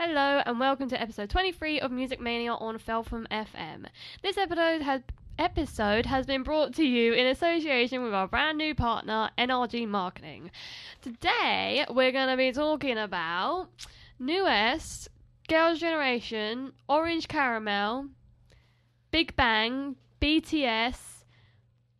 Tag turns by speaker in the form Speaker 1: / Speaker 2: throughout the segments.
Speaker 1: Hello and welcome to episode 23 of Music Mania on Feltham FM. This episode has episode has been brought to you in association with our brand new partner NRG Marketing. Today we're going to be talking about newest Girls Generation, Orange Caramel, Big Bang, BTS,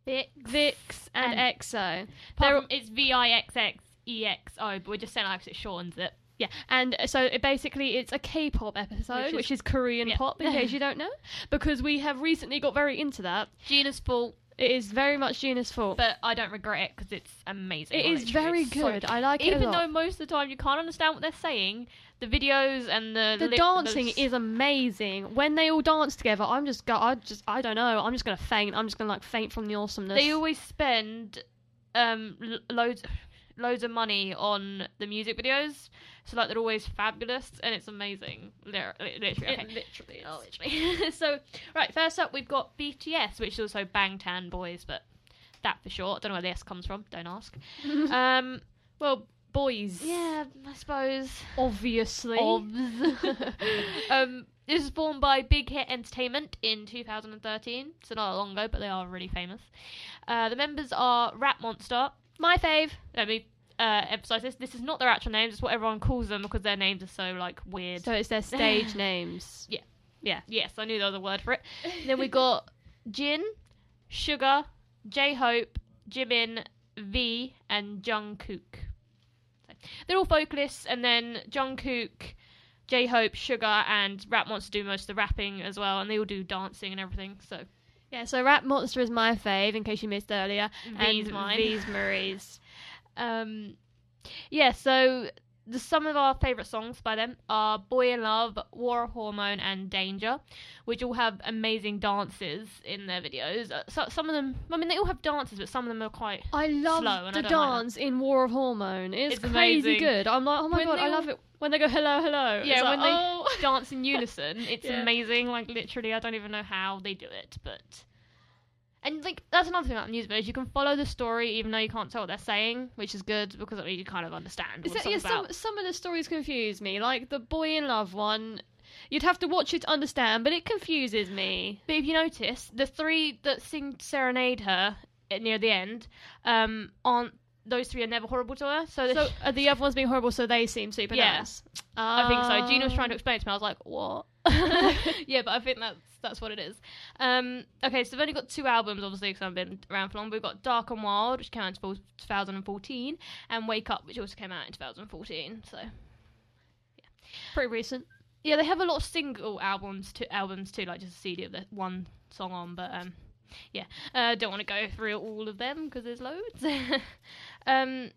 Speaker 2: Bit.
Speaker 1: Vix and,
Speaker 2: And-
Speaker 1: EXO. They're-
Speaker 2: Apart from, it's V I X X E X O, but we're just saying that because it shortens it.
Speaker 1: Yeah, and uh, so it basically it's a K-pop episode, which
Speaker 2: Which
Speaker 1: is,
Speaker 2: is-
Speaker 1: Korean
Speaker 2: Yeah.
Speaker 1: pop, in case you don't know, because we have recently got very into that.
Speaker 2: Gina's fault,
Speaker 1: It is very much Gina's fault.
Speaker 2: but I don't regret it because it's amazing.
Speaker 1: it is
Speaker 2: Literally,
Speaker 1: very
Speaker 2: it's so-
Speaker 1: good. I like it. a
Speaker 2: Even
Speaker 1: lot.
Speaker 2: though most of the time you can't understand what they're saying, the videos and the
Speaker 1: the
Speaker 2: lip-
Speaker 1: dancing
Speaker 2: those-
Speaker 1: is amazing. When they all dance together, I'm just go. I just I don't know. I'm just gonna faint. I'm just gonna like faint from the awesomeness.
Speaker 2: They always spend um lo- loads loads of money on the music videos, so like they're always fabulous and it's amazing. Lir- li- Literally,
Speaker 1: It
Speaker 2: okay. literally, oh, literally. so right, first up we've got BTS, which is also Bangtan Boys, but that for short. Don't know where the S comes from. Don't ask. um,
Speaker 1: well, boys.
Speaker 2: yeah, I suppose.
Speaker 1: obviously.
Speaker 2: Obs. um, this was formed by Big Hit Entertainment in 2013, so not that long ago, but they are really famous. Uh, the members are Rat Monster.
Speaker 1: My fave.
Speaker 2: Let me uh, emphasize this. This is not their actual names. It's what everyone calls them because their names are so like weird.
Speaker 1: So it's their stage names.
Speaker 2: yes, I knew there was a word for it. then we got Jin, Sugar, J Hope, Jimin, V, and Jungkook. So, they're all vocalists, and then Jungkook, J Hope, Sugar, and Rap Monster do most of the rapping as well, and they all do dancing and everything. So
Speaker 1: Yeah. So Rat Monster is my fave, in case you missed earlier.
Speaker 2: V's
Speaker 1: and
Speaker 2: mine.
Speaker 1: V's Marie's.
Speaker 2: Um, yeah, so the, some of our favourite songs by them are Boy in Love, War Hormone, and Danger, which all have amazing dances in their videos. Uh, So, some of them, I mean, they all have dances, but some of them are quite.
Speaker 1: I love
Speaker 2: Slow, and
Speaker 1: the
Speaker 2: I don't like
Speaker 1: dance in War of Hormone. It's,
Speaker 2: It's
Speaker 1: crazy
Speaker 2: amazing.
Speaker 1: good. I'm like, oh my
Speaker 2: When
Speaker 1: god,
Speaker 2: they
Speaker 1: I
Speaker 2: all-
Speaker 1: love it when they go hello, hello. It's
Speaker 2: Yeah,
Speaker 1: like,
Speaker 2: when they
Speaker 1: oh.
Speaker 2: dance in unison, it's
Speaker 1: Yeah.
Speaker 2: amazing. Like, literally, I don't even know how they do it, but. And like that's another thing about music videos, you can follow the story even though you can't tell what they're saying, which is good because I mean, you kind of understand. What
Speaker 1: Is that-
Speaker 2: it's
Speaker 1: yeah,
Speaker 2: about.
Speaker 1: some some of the stories confuse me. Like the boy in love one, you'd have to watch it to understand, but it confuses me.
Speaker 2: But if you notice, the three that sing Serenade Her at- near the end um, aren't. Those three are never horrible to her. So,
Speaker 1: So
Speaker 2: the-
Speaker 1: are the other ones being horrible, so they seem super
Speaker 2: Yeah.
Speaker 1: nice.
Speaker 2: I think so. Gina was
Speaker 1: Oh.
Speaker 2: trying to explain it to me. I was like, what? yeah, but I think that's that's what it is. Um, okay, so we've only got two albums, obviously, because I've been around for long. We've got Dark and Wild, which came out in 2014, and Wake Up, which also came out in 2014. So
Speaker 1: Um, pretty recent.
Speaker 2: yeah, they have a lot of single albums, to albums too, like just a CD of the one song on. But um, yeah, uh, don't want to go through all of them because there's loads. um,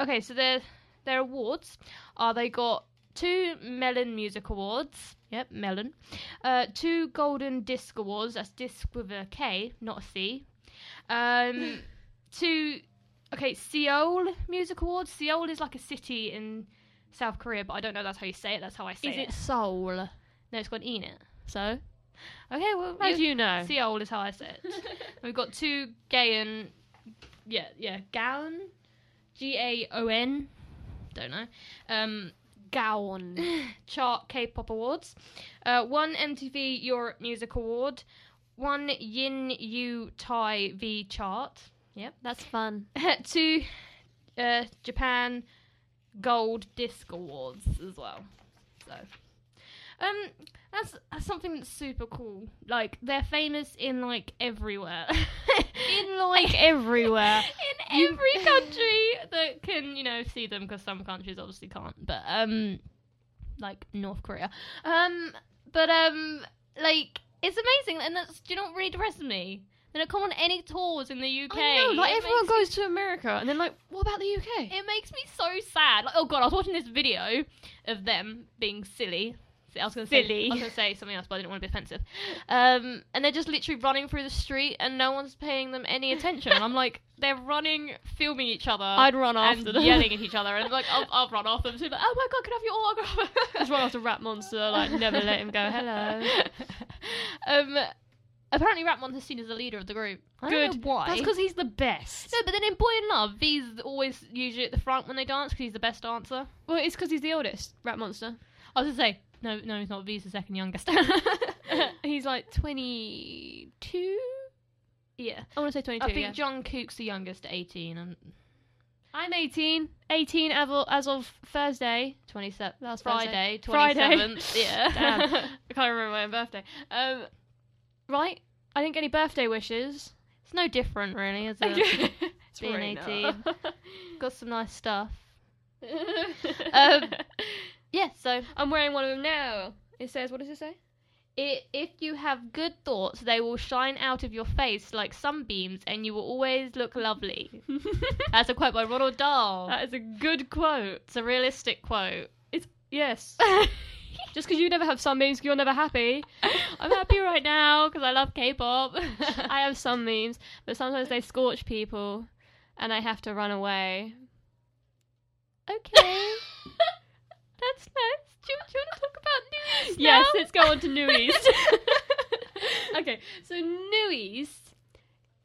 Speaker 2: okay, so their their awards are they got two Melon Music Awards. Yep, Melon. Uh, two Golden Disc Awards. That's disc with a K, not a C. Um, two. Okay, Seoul Music Awards. Seoul is like a city in South Korea, but I don't know that's how you say it. That's how I say
Speaker 1: Is
Speaker 2: it.
Speaker 1: it soul?
Speaker 2: No, it's got an E in it.
Speaker 1: So
Speaker 2: Okay, well,
Speaker 1: how do
Speaker 2: you,
Speaker 1: you know?
Speaker 2: Seoul is how I say it. We've got two Gaon, yeah, yeah, Gaon, G A O N, don't know. Um,
Speaker 1: Gown.
Speaker 2: chart K-pop awards, uh, one MTV Europe Music Award, one Yin Yu Tai V chart,
Speaker 1: That's fun.
Speaker 2: two uh, Japan Gold Disc Awards as well. So, um, that's, that's something that's super cool. Like they're famous in like everywhere, in
Speaker 1: Like everywhere.
Speaker 2: in
Speaker 1: You-
Speaker 2: every country that can you know see them because some countries obviously can't but um like north korea um but um like it's amazing and that's do you know what really depresses me they don't come on any tours in the uk
Speaker 1: I know, like
Speaker 2: It
Speaker 1: everyone
Speaker 2: makes-
Speaker 1: goes to America, and then like, what about the UK?
Speaker 2: it makes me so sad. Like, oh god, I was watching this video of them being silly. I was gonna say,
Speaker 1: Silly.
Speaker 2: I was gonna say something else, but I didn't want to be offensive. Um, and they're just literally running through the street, and no one's paying them any attention. and I'm like, they're running, filming each other,
Speaker 1: I'd run
Speaker 2: and
Speaker 1: after them.
Speaker 2: yelling at each other, and like,
Speaker 1: "Oh,
Speaker 2: I'll, I'll run off them. So like, oh my god, can I have your autograph?
Speaker 1: Just run after Rat Monster, like never let him go. Hello.
Speaker 2: um, apparently, Rat Monster's seen as the leader of the group. I don't
Speaker 1: Good.
Speaker 2: know why?
Speaker 1: That's because he's the best.
Speaker 2: no, but then in Boy in Love, V's always usually at the front when they dance because he's the best dancer.
Speaker 1: Well, it's because he's the oldest rat monster.
Speaker 2: I was gonna say no, no, he's not. V's the second youngest.
Speaker 1: He's like 22.
Speaker 2: yeah,
Speaker 1: I want to say 22.
Speaker 2: I think
Speaker 1: yeah.
Speaker 2: John Cook's the youngest, at eighteen and
Speaker 1: I'm 18. 18 as of, as of Thursday.
Speaker 2: twenty seven.
Speaker 1: Last
Speaker 2: Friday, twenty
Speaker 1: Thursday.
Speaker 2: seventh.
Speaker 1: Damn.
Speaker 2: Yeah,
Speaker 1: I can't remember my own birthday. Um, right? I didn't get any birthday wishes.
Speaker 2: it's no different really, is it?
Speaker 1: it's
Speaker 2: Being
Speaker 1: really
Speaker 2: 18. Got some nice stuff.
Speaker 1: not.
Speaker 2: Um, Yeah, so
Speaker 1: I'm wearing one of them now. It says, what does it say?
Speaker 2: I if you have good thoughts, they will shine out of your face like sunbeams, and you will always look lovely.
Speaker 1: Oh.
Speaker 2: That's a quote by Ronald Dahl.
Speaker 1: that is a good quote.
Speaker 2: it's a realistic quote.
Speaker 1: Yes. Just because you never have sunbeams, 'cause you're never happy.
Speaker 2: I'm happy right now because I love K-pop.
Speaker 1: I have some memes, but sometimes they scorch people, and I have to run away.
Speaker 2: okay, that's nice. Do you, do you want to talk about news?
Speaker 1: Yes,
Speaker 2: now?
Speaker 1: let's go on to newies. okay, so newies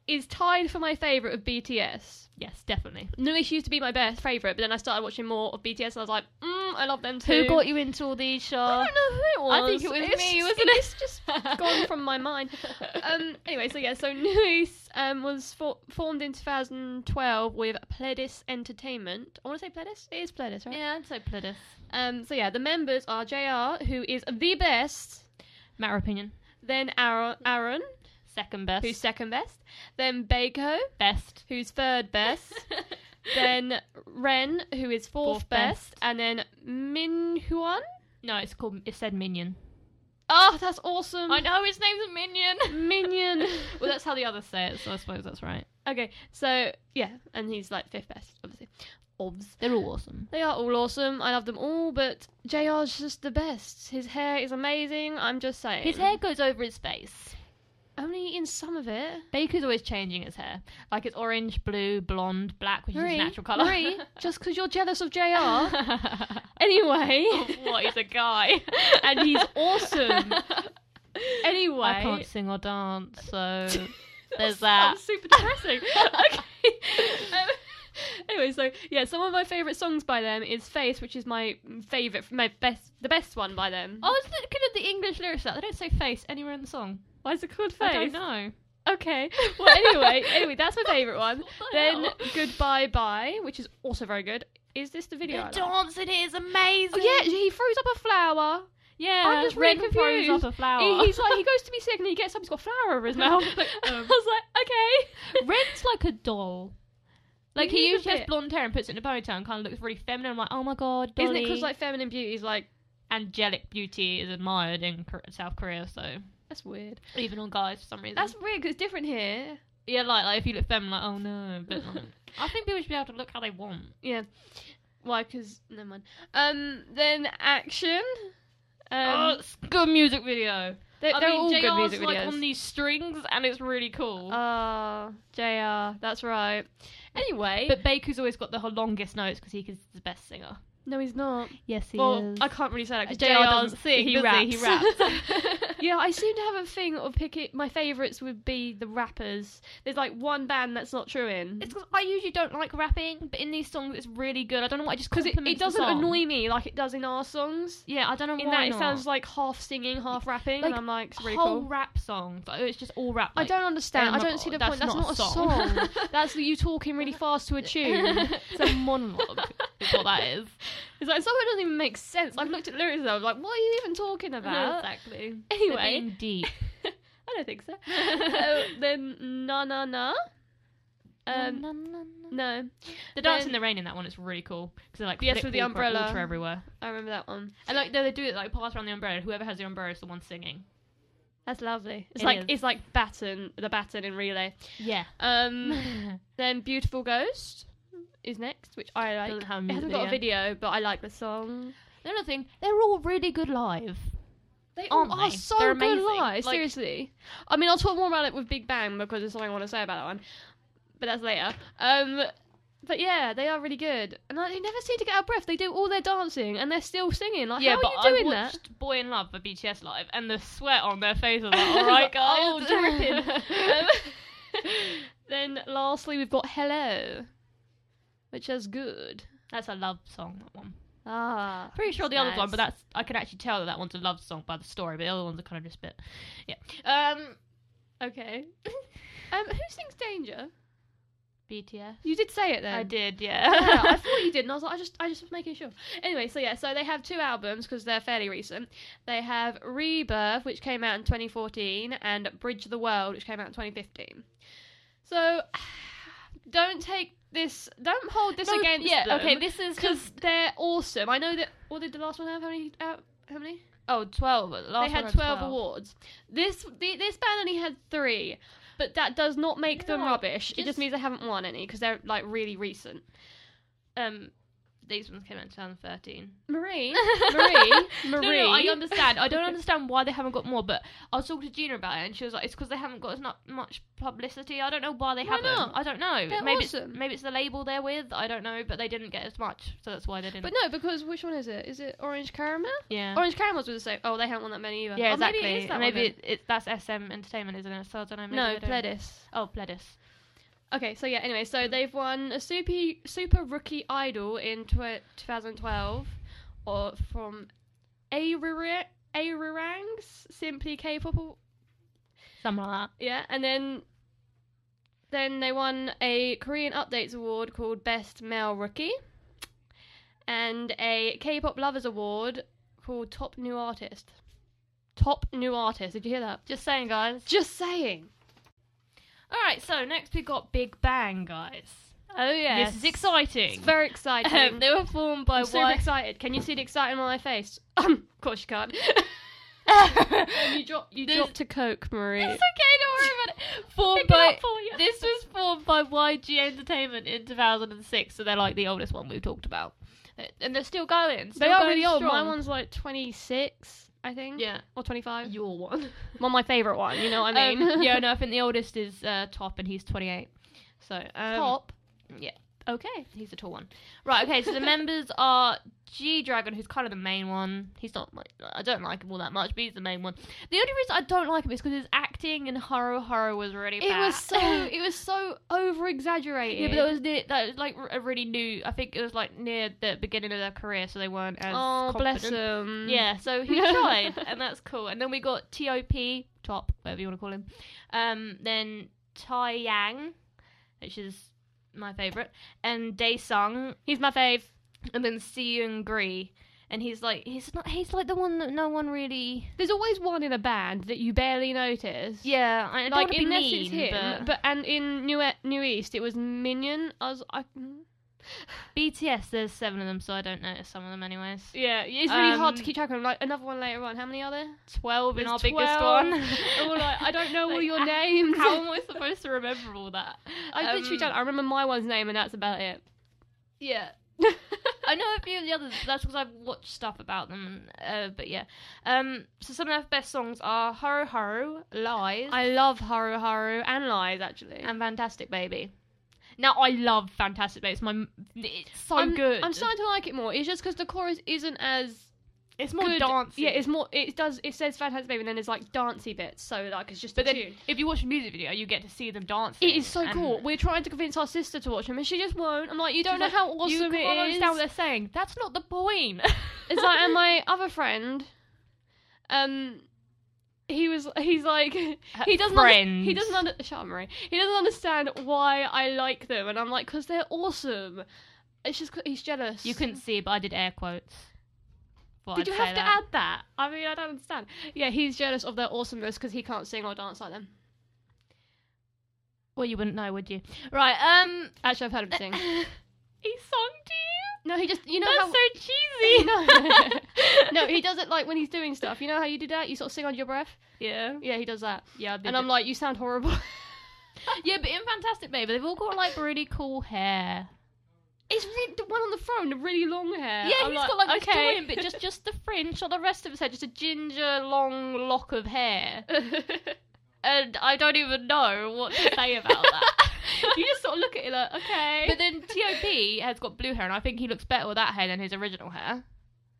Speaker 1: is tied for my favorite of BTS.
Speaker 2: yes, definitely.
Speaker 1: Newies used to be my best favorite, but then I started watching more of BTS, and I was like, mm, I love them too.
Speaker 2: Who got you into all these,
Speaker 1: I
Speaker 2: Shaw?
Speaker 1: don't know who it was.
Speaker 2: I think it was
Speaker 1: It's-
Speaker 2: me, wasn't it?
Speaker 1: It's just gone from my mind. Um, anyway, so yeah, so Noose um, was for- formed in 2012 with Pledis Entertainment. I want to say Pledis? It is Pledis, right?
Speaker 2: yeah, I'd say Pledis.
Speaker 1: Um, so yeah, the members are JR, who is the best,
Speaker 2: Matter of opinion.
Speaker 1: then Aaron, Aaron
Speaker 2: Second best.
Speaker 1: who's second best, then Baco,
Speaker 2: best?
Speaker 1: who's third best, then Ren, who is fourth,
Speaker 2: Fourth
Speaker 1: best,
Speaker 2: best.
Speaker 1: and then Minhuan.
Speaker 2: no, it's called. It said Minion.
Speaker 1: Oh, that's awesome.
Speaker 2: I know his name's a Minion.
Speaker 1: Minion.
Speaker 2: well, that's how the others say it, so I suppose that's right.
Speaker 1: Okay, so yeah, and he's like fifth best, obviously. Obs.
Speaker 2: They're all awesome.
Speaker 1: They are all awesome. I love them all, but JR's just the best. His hair is amazing. I'm just saying.
Speaker 2: His hair goes over his face.
Speaker 1: only in some of it.
Speaker 2: Baker's always changing his hair. Like it's orange, blue, blonde, black, which is
Speaker 1: Marie,
Speaker 2: his natural colour.
Speaker 1: Marie, just because you're jealous of JR. anyway,
Speaker 2: what? He's a guy.
Speaker 1: and he's awesome. Anyway,
Speaker 2: I can't sing or dance, so there's that.
Speaker 1: sounds super depressing. okay. Um, anyway, so yeah, some of my favorite songs by them is Face, which is my favorite, my best, the best one by them.
Speaker 2: I was looking at the English lyrics. That they don't say face anywhere in the song.
Speaker 1: why is it called
Speaker 2: I don't know.
Speaker 1: Okay. Well, anyway, anyway, that's my favorite one.
Speaker 2: What the
Speaker 1: Then
Speaker 2: hell?
Speaker 1: goodbye, bye, which is also very good. Is this the video? I
Speaker 2: the
Speaker 1: like?
Speaker 2: dancing is amazing.
Speaker 1: Oh yeah, he throws up a flower.
Speaker 2: yeah.
Speaker 1: I'm just really
Speaker 2: Ren throws
Speaker 1: confused.
Speaker 2: up a
Speaker 1: He-
Speaker 2: flower. um,
Speaker 1: he's like he goes to be sick and he gets up. He's got a flower over his mouth. Like, I was like, okay.
Speaker 2: Ren's like a doll. Like
Speaker 1: He
Speaker 2: he
Speaker 1: is a
Speaker 2: usually has
Speaker 1: bit.
Speaker 2: blonde hair and puts it in a ponytail and kind of looks really feminine. I'm like, oh my god, Dolly.
Speaker 1: Isn't it because like feminine beauty is like
Speaker 2: angelic beauty is admired in Kor- South Korea? So
Speaker 1: that's weird.
Speaker 2: even on guys for some reason.
Speaker 1: That's weird because it's different here.
Speaker 2: yeah, like, like if you look feminine, like oh no. But like, I think people should be able to look how they want.
Speaker 1: Yeah. Why? Because never mind. Um. Then action.
Speaker 2: Um,
Speaker 1: Um.
Speaker 2: it's a good music video.
Speaker 1: they,
Speaker 2: I
Speaker 1: they're
Speaker 2: mean,
Speaker 1: all
Speaker 2: JR's
Speaker 1: good music
Speaker 2: like
Speaker 1: videos.
Speaker 2: on these strings, and it's really cool.
Speaker 1: Ah, Jr. That's right. Anyway,
Speaker 2: but Baker's always got the ho- longest notes because he is the best singer.
Speaker 1: no, he's not.
Speaker 2: Yes, he
Speaker 1: Well, I can't really say that because
Speaker 2: JR
Speaker 1: JR
Speaker 2: doesn't sing,
Speaker 1: he
Speaker 2: does
Speaker 1: raps.
Speaker 2: he? He raps.
Speaker 1: yeah, I seem to have a thing of picking. My favourites would be the rappers. There's like one band that's not true in.
Speaker 2: It's because I usually don't like rapping, but in these songs, it's really good. I don't know why. It just
Speaker 1: Because it,
Speaker 2: complements
Speaker 1: it
Speaker 2: the
Speaker 1: doesn't
Speaker 2: song.
Speaker 1: annoy me like it does in our songs.
Speaker 2: Yeah, I don't know
Speaker 1: In
Speaker 2: why.
Speaker 1: that, it
Speaker 2: not.
Speaker 1: sounds like half singing, half rapping,
Speaker 2: Like,
Speaker 1: and I'm like, it's really
Speaker 2: whole
Speaker 1: cool.
Speaker 2: rap songs. Like, it's just all rap.
Speaker 1: I don't understand.
Speaker 2: oh
Speaker 1: I
Speaker 2: my
Speaker 1: don't see the
Speaker 2: God,
Speaker 1: point. That's not, a song. that's you talking really fast to a tune.
Speaker 2: it's a monologue. is what that is.
Speaker 1: It's like some of it doesn't even make sense. I've looked at lyrics and I was like, what are you even talking about?
Speaker 2: exactly.
Speaker 1: Anyway,
Speaker 2: They're being deep.
Speaker 1: I don't think so. uh, then na na na. Um,
Speaker 2: Na, na, na, na.
Speaker 1: no,
Speaker 2: The dance
Speaker 1: then-
Speaker 2: in the rain in that one is really cool because they're like
Speaker 1: Yes,
Speaker 2: flip
Speaker 1: with the
Speaker 2: water- water
Speaker 1: umbrella.
Speaker 2: everywhere,
Speaker 1: I remember that one.
Speaker 2: and like they, they do it like pass around the umbrella. Whoever has the umbrella is the one singing.
Speaker 1: That's lovely. It's
Speaker 2: It
Speaker 1: like
Speaker 2: is.
Speaker 1: it's like baton, the baton in relay.
Speaker 2: Yeah,
Speaker 1: Um, then beautiful ghost is next, which I like.
Speaker 2: doesn't have a
Speaker 1: it hasn't
Speaker 2: music
Speaker 1: got a
Speaker 2: video.
Speaker 1: video, but I like the song.
Speaker 2: Another thing, they're all really good live.
Speaker 1: They
Speaker 2: Aren't
Speaker 1: all are
Speaker 2: they?
Speaker 1: so
Speaker 2: They're
Speaker 1: good
Speaker 2: amazing.
Speaker 1: live.
Speaker 2: Like-
Speaker 1: seriously, I mean, I'll talk more about it with Big Bang because there's something I want to say about that one, but that's later. Um, but yeah, they are really good, and like, they never seem to get out of breath. They do all their dancing and they're still singing. Like,
Speaker 2: yeah,
Speaker 1: how
Speaker 2: but
Speaker 1: are you doing
Speaker 2: I
Speaker 1: that?
Speaker 2: watched Boy in Love by BTS live, and the sweat on their face was like, all right, guys,
Speaker 1: Oh, dripping. Um, then lastly, we've got Hello, which is good.
Speaker 2: That's a love song. That one.
Speaker 1: Ah,
Speaker 2: Pretty sure the other
Speaker 1: Nice.
Speaker 2: one, but that's I can actually tell that that one's a love song by the story, but the other ones are kind of just a bit, yeah. Um, okay.
Speaker 1: um, who sings Danger?
Speaker 2: BTS.
Speaker 1: You did say it then.
Speaker 2: I did, yeah.
Speaker 1: yeah, I thought you did, and I was like, I just, I just was making sure. Anyway, so yeah, so they have two albums because they're fairly recent. They have Rebirth, which came out in 2014, and Bridge the World, which came out in 2015. So, don't take this, don't hold this
Speaker 2: No,
Speaker 1: against
Speaker 2: yeah.
Speaker 1: them.
Speaker 2: Okay, this is
Speaker 1: because
Speaker 2: because
Speaker 1: they're awesome. I know that. What did the last one have? How many? Uh, how many?
Speaker 2: oh, 12. The Last
Speaker 1: they had
Speaker 2: one
Speaker 1: 12, awards. This the, this band only had three, but that does not make them
Speaker 2: No,
Speaker 1: rubbish. It just
Speaker 2: just-
Speaker 1: means they haven't won any because they're like really recent.
Speaker 2: Um, these ones came out in 2013.
Speaker 1: Marie, Marie,
Speaker 2: No,
Speaker 1: Marie.
Speaker 2: no, I understand. I don't understand why they haven't got more. But I was talking to Gina about it, and she was like, "It's because they haven't got as not much publicity. I don't know why they
Speaker 1: Why
Speaker 2: haven't.
Speaker 1: not?
Speaker 2: I don't know.
Speaker 1: They're
Speaker 2: maybe
Speaker 1: awesome.
Speaker 2: it's, maybe it's the label they're with. I don't know, but they didn't get as much, so that's why they didn't.
Speaker 1: But no, because which one is it? Is it Orange Caramel?
Speaker 2: yeah,
Speaker 1: Orange Caramels was the same. Oh, they haven't won that many either.
Speaker 2: yeah,
Speaker 1: Oh,
Speaker 2: exactly.
Speaker 1: Maybe it is that
Speaker 2: And
Speaker 1: one
Speaker 2: maybe
Speaker 1: then.
Speaker 2: it, it, that's SM Entertainment, isn't it? So I don't know. Maybe
Speaker 1: no,
Speaker 2: they don't-
Speaker 1: Pledis.
Speaker 2: Oh, Pledis.
Speaker 1: Okay, so yeah. Anyway, so they've won a super super rookie idol in tw- 2012, or from Arura- Arurang's Simply K-pop
Speaker 2: Something like that.
Speaker 1: Yeah, and then then they won a Korean Updates Award called Best Male Rookie, and a K-pop Lovers Award called Top New Artist. Top New Artist. Did you hear that?
Speaker 2: Just saying, guys.
Speaker 1: Just saying.
Speaker 2: All right. So next we got Big Bang, guys.
Speaker 1: Oh yeah,
Speaker 2: This is exciting.
Speaker 1: It's very exciting.
Speaker 2: Um, they were formed by
Speaker 1: I'm super
Speaker 2: Y.
Speaker 1: excited. Can you see the excitement on my face? of course you can't. you dropped you
Speaker 2: This-
Speaker 1: dropped a coke, Marie.
Speaker 2: It's okay, don't worry about it. Formed
Speaker 1: Pick it
Speaker 2: by
Speaker 1: up for you.
Speaker 2: this was formed by YG Entertainment in 2006, so they're like the oldest one we've talked about, Uh, and they're still going. Still
Speaker 1: They are
Speaker 2: going
Speaker 1: really old. My
Speaker 2: strong.
Speaker 1: one's like 26, I think.
Speaker 2: yeah,
Speaker 1: Or 25.
Speaker 2: your one.
Speaker 1: Well, my favourite one, you know what I mean?
Speaker 2: um, yeah, no, I think the oldest is uh, Top, and he's 28. So um,
Speaker 1: Top.
Speaker 2: yeah, okay, he's a tall one. Right, okay. So the members are G Dragon, who's kind of the main one. He's not like I don't like him all that much, but he's the main one. The only reason I don't like him is because his acting in Haro Haro was really
Speaker 1: It
Speaker 2: bad.
Speaker 1: was so it was so over exaggerated.
Speaker 2: Yeah, but that was near, that was like a really new. I think it was like near the beginning of their career, so they weren't as.
Speaker 1: oh
Speaker 2: confident.
Speaker 1: bless him.
Speaker 2: Yeah, so he tried, and that's cool. And then we got T.O.P. Top, whatever you want to call him. Um, then Tai Yang, which is my favorite, and Dae Sung,
Speaker 1: he's my fave.
Speaker 2: and then Si Young Gri. And he's like he's not he's like the one that no one really
Speaker 1: There's always one in a band that you barely notice.
Speaker 2: yeah I don't
Speaker 1: like
Speaker 2: wanna be
Speaker 1: unless
Speaker 2: mean,
Speaker 1: it's him. But... and in New E- New East it was Minion. I was I,
Speaker 2: BTS there's seven of them so I don't notice some of them anyways
Speaker 1: yeah, it's really hard to
Speaker 2: Um,
Speaker 1: keep track of them. Like another one later on. How many are there?
Speaker 2: twelve in
Speaker 1: There's
Speaker 2: our
Speaker 1: 12.
Speaker 2: biggest one
Speaker 1: All like, I don't know all
Speaker 2: Like,
Speaker 1: your
Speaker 2: h-
Speaker 1: names.
Speaker 2: How am I supposed to remember all that?
Speaker 1: I literally
Speaker 2: um,
Speaker 1: don't. I remember my one's name and that's about it.
Speaker 2: Yeah. I know a few of the others, but that's because I've watched stuff about them. Uh, but yeah. Um, so some of their best songs are Haro Haro, Lies,
Speaker 1: I love Haru Haru and Lies actually.
Speaker 2: and Fantastic Baby. Now, I love Fantastic Baby. It's, my, it's so
Speaker 1: I'm
Speaker 2: good.
Speaker 1: I'm starting to like it more. It's just because the chorus isn't as
Speaker 2: it's more
Speaker 1: good-
Speaker 2: dancing.
Speaker 1: Yeah, it's more. It does. It says Fantastic Baby, and then there's like dancey bits. So like, it's just.
Speaker 2: but
Speaker 1: a
Speaker 2: then
Speaker 1: tune.
Speaker 2: if you watch a music video, you get to see them dancing.
Speaker 1: it is so
Speaker 2: and
Speaker 1: cool. We're trying to convince our sister to watch them, and she just won't. I'm like, you don't
Speaker 2: She's
Speaker 1: know
Speaker 2: like,
Speaker 1: how
Speaker 2: You
Speaker 1: awesome
Speaker 2: can't
Speaker 1: it is.
Speaker 2: understand what they're saying. That's not the point.
Speaker 1: it's like, and my other friend, um, he was. He's like, he doesn't. under-
Speaker 2: Friends.
Speaker 1: he doesn't under. Shut up, Marie. He doesn't understand why I like them, and I'm like, because they're awesome. It's just 'cause he's jealous.
Speaker 2: You couldn't see, but I did air quotes. But
Speaker 1: Did
Speaker 2: I'd
Speaker 1: you
Speaker 2: say
Speaker 1: have to
Speaker 2: that.
Speaker 1: add that? I mean, I don't understand. Yeah, he's jealous of their awesomeness because he can't sing or dance like them.
Speaker 2: Well, you wouldn't know, would you? Right. Um.
Speaker 1: Actually, I've heard him sing.
Speaker 2: He sung to you.
Speaker 1: No, he just you know
Speaker 2: That's
Speaker 1: how
Speaker 2: so cheesy.
Speaker 1: no, he does it like when he's doing stuff. You know how you do that? You sort of sing under your breath.
Speaker 2: Yeah.
Speaker 1: Yeah, he does that.
Speaker 2: Yeah.
Speaker 1: And I'm like, you sound horrible.
Speaker 2: yeah, but in Fantastic Baby, they've all got like really cool hair.
Speaker 1: it's really, the one on the throne, the really long hair.
Speaker 2: Yeah,
Speaker 1: he's
Speaker 2: he's got like this brilliant bit, just just the fringe or the rest of his hair, just a ginger long lock of hair. And I don't even know what to say about that.
Speaker 1: you just sort of Oh, look at it like, okay.
Speaker 2: but then T.O.P. has got blue hair, and I think he looks better with that hair than his original hair.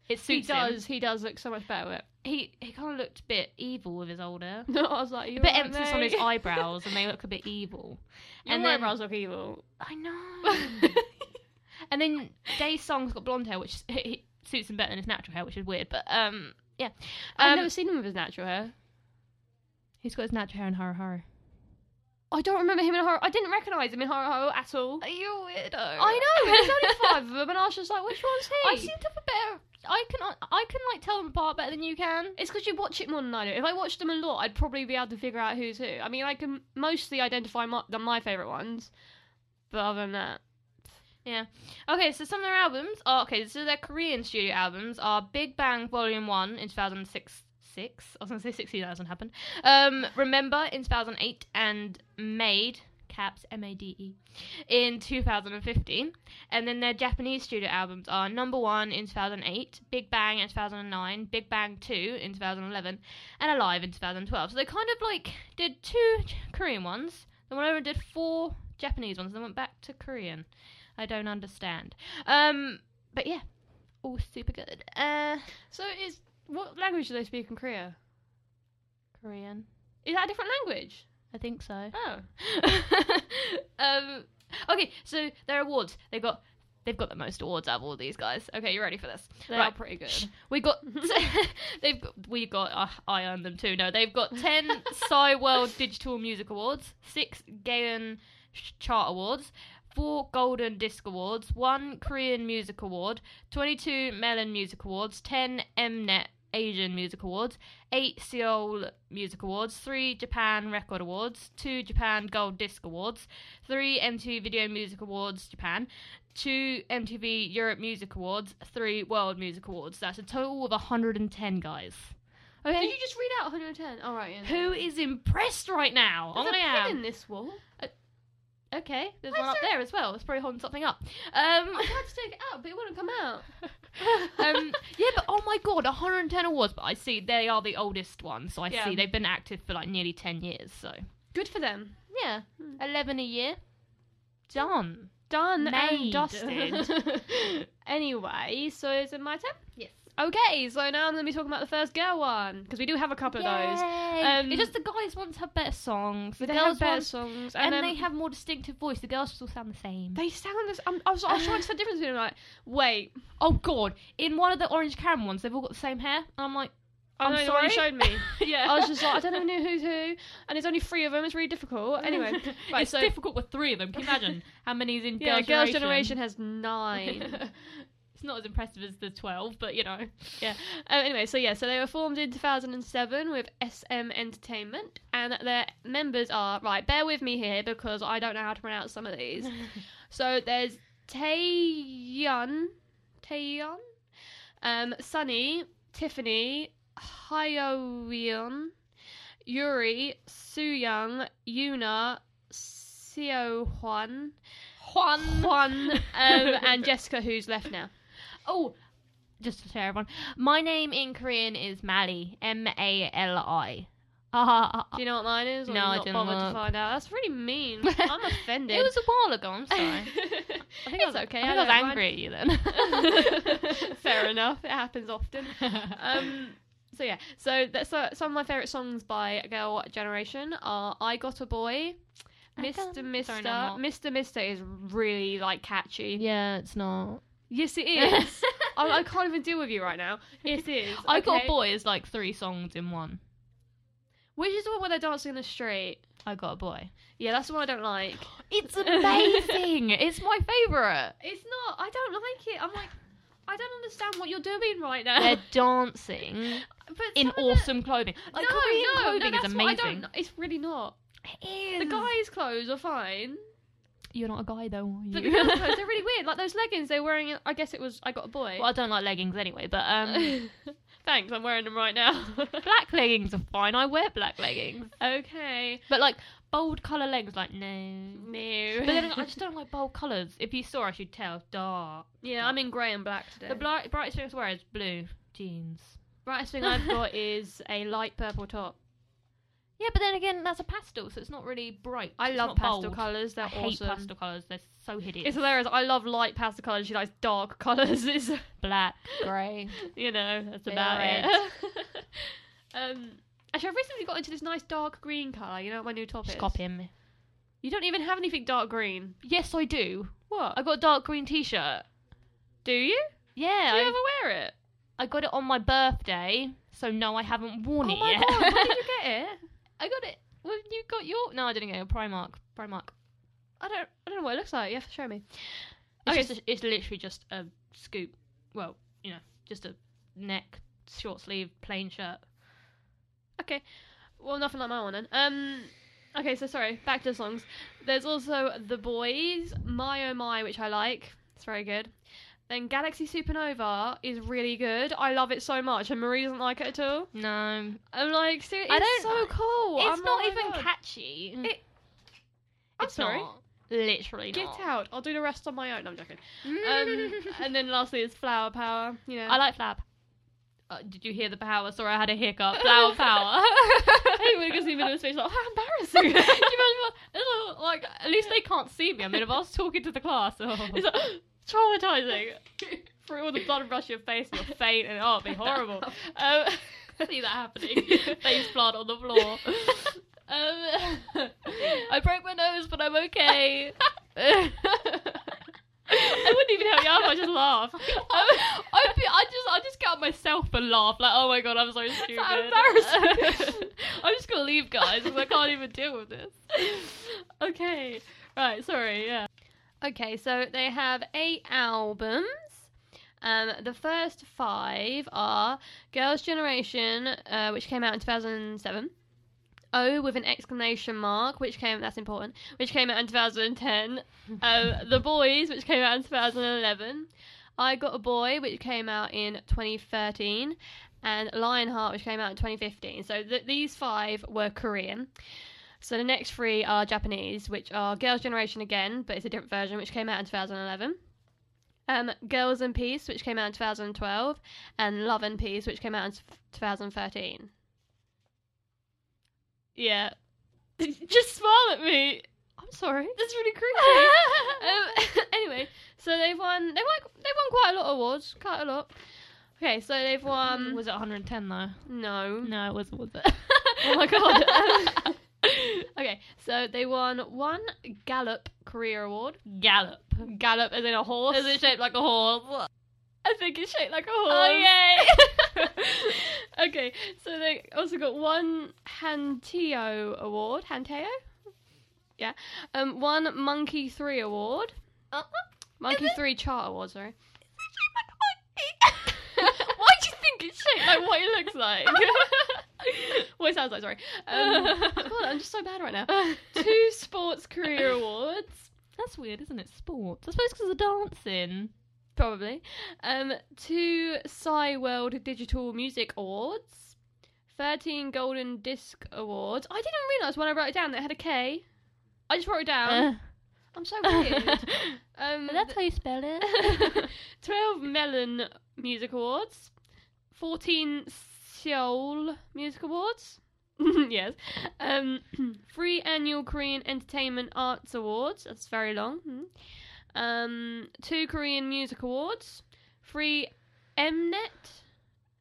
Speaker 2: It
Speaker 1: he
Speaker 2: suits him.
Speaker 1: does. He does look so much better with it.
Speaker 2: He he kind of looked a bit evil with his old hair.
Speaker 1: No, I was like, you
Speaker 2: A bit
Speaker 1: alright,
Speaker 2: emphasis on his
Speaker 1: mate?
Speaker 2: eyebrows, and they look a bit evil.
Speaker 1: Your
Speaker 2: and then-
Speaker 1: eyebrows look evil.
Speaker 2: I know. and then Day Song's got blonde hair, which he, suits him better than his natural hair, which is weird. But um, yeah,
Speaker 1: I've
Speaker 2: Um,
Speaker 1: never seen him with his natural hair.
Speaker 2: he's got his natural hair in Haruharu.
Speaker 1: I don't remember him in horror. I didn't recognise him in horror at all.
Speaker 2: Are you a weirdo?
Speaker 1: I know. There's only five of them, and I was just like, which one's he?
Speaker 2: I seem to have a better. I can I can like tell them apart better than you can.
Speaker 1: It's because you watch it more than I do. If I watched them a lot, I'd probably be able to figure out who's who. I mean, I can mostly identify my, the, my favourite ones, but other than that,
Speaker 2: Okay, so some of their albums are okay. So their Korean studio albums are Big Bang Volume One in two thousand six. Six. I was gonna say sixteen. That hasn't happened. Um, Remember in two thousand eight and Made caps M A D E in two thousand and fifteen. And then their Japanese studio albums are Number One in two thousand eight, Big Bang in two thousand and nine, Big Bang Two in two thousand eleven, and Alive in two thousand twelve. So they kind of like did two J- Korean ones. Then went over and did four Japanese ones. Then went back to Korean. I don't understand. Um, but yeah, all super good. Uh,
Speaker 1: so is what language do they speak in Korea?
Speaker 2: Korean,
Speaker 1: Is that a different language?
Speaker 2: I think so.
Speaker 1: Oh,
Speaker 2: um, okay, so their awards. They got they've got the most awards out of all these guys. Okay, you ready for this?
Speaker 1: they
Speaker 2: Right.
Speaker 1: are pretty good.
Speaker 2: Shh. We got they've got, we got uh, I earned them too. No, they've got ten Psy World Digital Music Awards, six Gaon Sh- Chart Awards, four Golden Disc Awards, one Korean Music Award, twenty-two Melon Music Awards, ten Mnet Asian Music Awards, eight Seoul Music Awards, three Japan Record Awards, two Japan Gold Disc Awards, three MTV Video Music Awards Japan, two MTV Europe Music Awards, three World Music Awards. That's a total of 110 guys.
Speaker 1: Did
Speaker 2: Okay.
Speaker 1: you just read out 110? All right. Yeah,
Speaker 2: Who is impressed right now?
Speaker 1: There's
Speaker 2: I
Speaker 1: a pin
Speaker 2: am.
Speaker 1: in this wall.
Speaker 2: Okay, there's
Speaker 1: Why
Speaker 2: one up
Speaker 1: is there-
Speaker 2: there as well. It's probably holding something up. Um,
Speaker 1: I tried to take it out, but it wouldn't come out.
Speaker 2: um, yeah, but oh my god, 110 awards. But I see they are the oldest ones, so I
Speaker 1: Yeah.
Speaker 2: see they've been active for like nearly 10 years. So
Speaker 1: Good for them.
Speaker 2: yeah,
Speaker 1: Hmm.
Speaker 2: 11 a year. Done.
Speaker 1: Done and
Speaker 2: Made.
Speaker 1: dusted. anyway, so is it my turn?
Speaker 2: Yes.
Speaker 1: Okay, so now I'm going to be talking about the first girl one because we do have a couple of those. Um,
Speaker 2: it's just the guys ones have better songs. The
Speaker 1: they have
Speaker 2: girls
Speaker 1: better
Speaker 2: ones
Speaker 1: songs, and,
Speaker 2: and,
Speaker 1: um,
Speaker 2: they have more distinctive voice. The girls still sound the same.
Speaker 1: they sound. This, um, I was, I was trying to find the difference between them, like, wait,
Speaker 2: oh god! In one of the orange Karen ones, they've all got the same hair. And I'm like,
Speaker 1: I
Speaker 2: I'm
Speaker 1: know the one you
Speaker 2: sorry?
Speaker 1: showed me.
Speaker 2: yeah.
Speaker 1: I was just like, I don't even know who's who, and there's only three of them. It's really difficult. Anyway, right,
Speaker 2: it's
Speaker 1: so-
Speaker 2: difficult with three of them. Can you imagine how many's in
Speaker 1: yeah,
Speaker 2: girls,
Speaker 1: Girls' Generation has nine.
Speaker 2: it's not as impressive as the twelve, but you know.
Speaker 1: Um, anyway, so yeah, so they were formed in 2007 with SM Entertainment, and their members are right. Bear with me here because I don't know how to pronounce some of these. so there's Taeyun, Taeyun, um, Sunny, Tiffany, Hyoyeon, Yuri, Sooyoung, Yuna, Seo Hwan,
Speaker 2: Juan.
Speaker 1: Hwan, um, and Jessica, who's left now.
Speaker 2: Oh, just to share everyone, my name in Korean is Mali. M A L I. Ah,
Speaker 1: Do you know what mine is? Or
Speaker 2: No,
Speaker 1: you're
Speaker 2: I
Speaker 1: not
Speaker 2: didn't
Speaker 1: bothered to
Speaker 2: look.
Speaker 1: find out. That's really mean. I'm offended.
Speaker 2: it was a while ago. I'm sorry.
Speaker 1: I
Speaker 2: I
Speaker 1: think it's
Speaker 2: think I was,
Speaker 1: okay.
Speaker 2: I, think I was angry at you
Speaker 1: don't
Speaker 2: then.
Speaker 1: mind. Fair enough. It happens often. Um, so yeah. So that's uh, some of my favorite songs by Girl Generation are "I Got a Boy,"
Speaker 2: I got-
Speaker 1: "Mr. Mister,"
Speaker 2: Sorry, no, I'm not.
Speaker 1: "Mr. Mister" is really like catchy.
Speaker 2: yeah, it's not.
Speaker 1: Yes, it is. I, I can't even deal with you right now. Yes, it is.
Speaker 2: I got
Speaker 1: okay?
Speaker 2: a boy is like three songs in one.
Speaker 1: Which is the one where they're dancing in the street.
Speaker 2: I got a boy.
Speaker 1: Yeah, that's the one I don't like.
Speaker 2: It's amazing. it's my favorite.
Speaker 1: It's not. I don't like it. I'm like, I don't understand what you're doing right now.
Speaker 2: They're dancing
Speaker 1: but
Speaker 2: in
Speaker 1: some of the-
Speaker 2: awesome clothing. Like
Speaker 1: no,
Speaker 2: Korean
Speaker 1: no,
Speaker 2: clothing
Speaker 1: no,
Speaker 2: is
Speaker 1: that's
Speaker 2: amazing.
Speaker 1: What I don't, it's really not.
Speaker 2: It is.
Speaker 1: The guys' clothes are fine,
Speaker 2: You're not a guy though, are you?
Speaker 1: but the girls' clothes are really weird. Like those leggings they're wearing. I guess it was. I got a boy.
Speaker 2: well, I don't like leggings anyway, but um,
Speaker 1: Thanks, I'm wearing them right now.
Speaker 2: black leggings are fine. I wear black leggings,
Speaker 1: okay.
Speaker 2: but like bold color leggings, like no.
Speaker 1: No.
Speaker 2: But then I just don't like bold colors. If you saw, I should tell. Dark.
Speaker 1: yeah, I'm in grey and black today.
Speaker 2: The bli- brightest thing I wear is blue jeans.
Speaker 1: brightest thing I've got is a light purple top.
Speaker 2: Yeah, but then again, that's a pastel, so it's not really bright.
Speaker 1: I
Speaker 2: It's
Speaker 1: love
Speaker 2: not
Speaker 1: pastel
Speaker 2: bold.
Speaker 1: colours. They're
Speaker 2: I
Speaker 1: awesome.
Speaker 2: hate pastel colours. They're so hideous.
Speaker 1: It's hilarious. I love light pastel colours. She likes dark colours. It's
Speaker 2: black, grey.
Speaker 1: you know, that's
Speaker 2: Bit
Speaker 1: about
Speaker 2: red.
Speaker 1: it. um, actually, I've recently got into this nice dark green colour. You know what my new top
Speaker 2: Just
Speaker 1: is?
Speaker 2: cop him.
Speaker 1: You don't even have anything dark green.
Speaker 2: Yes, I do.
Speaker 1: What?
Speaker 2: I got a dark green T-shirt.
Speaker 1: Do you? Yeah.
Speaker 2: Do you
Speaker 1: I-
Speaker 2: ever wear it? I got it on my birthday, so no, I haven't worn
Speaker 1: oh
Speaker 2: it
Speaker 1: my
Speaker 2: yet.
Speaker 1: god, where did you get it?
Speaker 2: I got it. Well, you got your. No, I didn't get it. Primark. Primark.
Speaker 1: I don't I don't know what it looks like. You have to show me.
Speaker 2: It's,
Speaker 1: Okay,
Speaker 2: just a- it's literally just a scoop. Well, you know, just a neck, short sleeve, plain shirt.
Speaker 1: Okay. Well, nothing like my one then. Um. Okay, so sorry. Back to songs. There's also The Boys, My Oh My, which I like. It's very good. Then Galaxy Supernova is really good. I love it so much, and Marie doesn't like it at all.
Speaker 2: No,
Speaker 1: I'm like, seriously,
Speaker 2: I
Speaker 1: it's so
Speaker 2: don't-
Speaker 1: cool.
Speaker 2: it's
Speaker 1: I'm
Speaker 2: not
Speaker 1: like, oh my
Speaker 2: even
Speaker 1: God.
Speaker 2: catchy.
Speaker 1: It- I'm
Speaker 2: it's
Speaker 1: sorry.
Speaker 2: not. Literally
Speaker 1: Get
Speaker 2: not.
Speaker 1: out. I'll do the rest on my own. No, I'm joking. Um,
Speaker 2: Um,
Speaker 1: and then lastly is Flower Power. You know,
Speaker 2: I like Flab. Uh, did you hear the power? Sorry, I had a hiccup. Flower power.
Speaker 1: Everyone gives me a bit of a space. Like, how embarrassing.
Speaker 2: Do you imagine what- like at least they can't see me. I mean, if I was talking to the class, oh.
Speaker 1: It's like, traumatizing. Through all the blood rush your face, and you're faint, and oh, it'd be horrible. Um,
Speaker 2: see that happening. Face plant on the floor. Um, I broke my nose, but I'm okay.
Speaker 1: I wouldn't even help you out. I just laugh.
Speaker 2: Um, I, I, feel, I just I just count myself and laugh like oh my god I'm so stupid.
Speaker 1: embarrassing.
Speaker 2: I'm just gonna leave guys because I can't even deal with this.
Speaker 1: okay, right. Sorry. Yeah. Okay, so they have eight albums. Um, the first five are Girls' Generation, uh, which came out in 2007. O with an exclamation mark, which came that's important, which came out in 2010. Um, the Boys, which came out in 2011. I Got a Boy, which came out in 2013, and Lionheart, which came out in 2015. So th- these five were Korean. So the next three are Japanese, which are Girls' Generation again, but it's a different version, which came out in 2011. Um, Girls in Peace, which came out in 2012, and Love and Peace, which came out in 2013. Yeah. Just smile at me.
Speaker 2: I'm sorry.
Speaker 1: That's really creepy. um, anyway, so they've won. They won. They won quite a lot of awards. Quite a lot. Okay, so they've won.
Speaker 2: Um, was it 110 though?
Speaker 1: no.
Speaker 2: No, it wasn't. Was it?
Speaker 1: Oh my god. okay, so they won one Gallup Career Award.
Speaker 2: Gallop.
Speaker 1: Gallup as in a horse.
Speaker 2: Is it shaped like a
Speaker 1: Oh,
Speaker 2: horse? Oh,
Speaker 1: I think it's shaped like a horse. okay, so they also got one Hanteo Award. Hanteo? Yeah. Um, one Monkey 3 Award.
Speaker 2: Uh-huh.
Speaker 1: Monkey
Speaker 2: Is it-
Speaker 1: 3 Chart Award, sorry.
Speaker 2: Why do you think it's shaped like what it looks like?
Speaker 1: what it sounds like, sorry. Um, God,
Speaker 2: Um,
Speaker 1: I'm just so bad right now. Two Sports Career Awards.
Speaker 2: that's weird, isn't it? Sports. I suppose because of dancing.
Speaker 1: probably. Um, two Psy World Digital Music Awards, thirteen Golden Disc Awards. I didn't realise when I wrote it down that it had a K. I just wrote it down. I'm so Oh, weird. um,
Speaker 2: Uh. that's how you spell
Speaker 1: th-
Speaker 2: it.
Speaker 1: twelve Melon Music Awards, fourteen Seoul Music Awards. yes. Um, three annual Korean Entertainment Arts Awards. That's very long. Mm. Um, two Korean Music Awards. Three Mnet.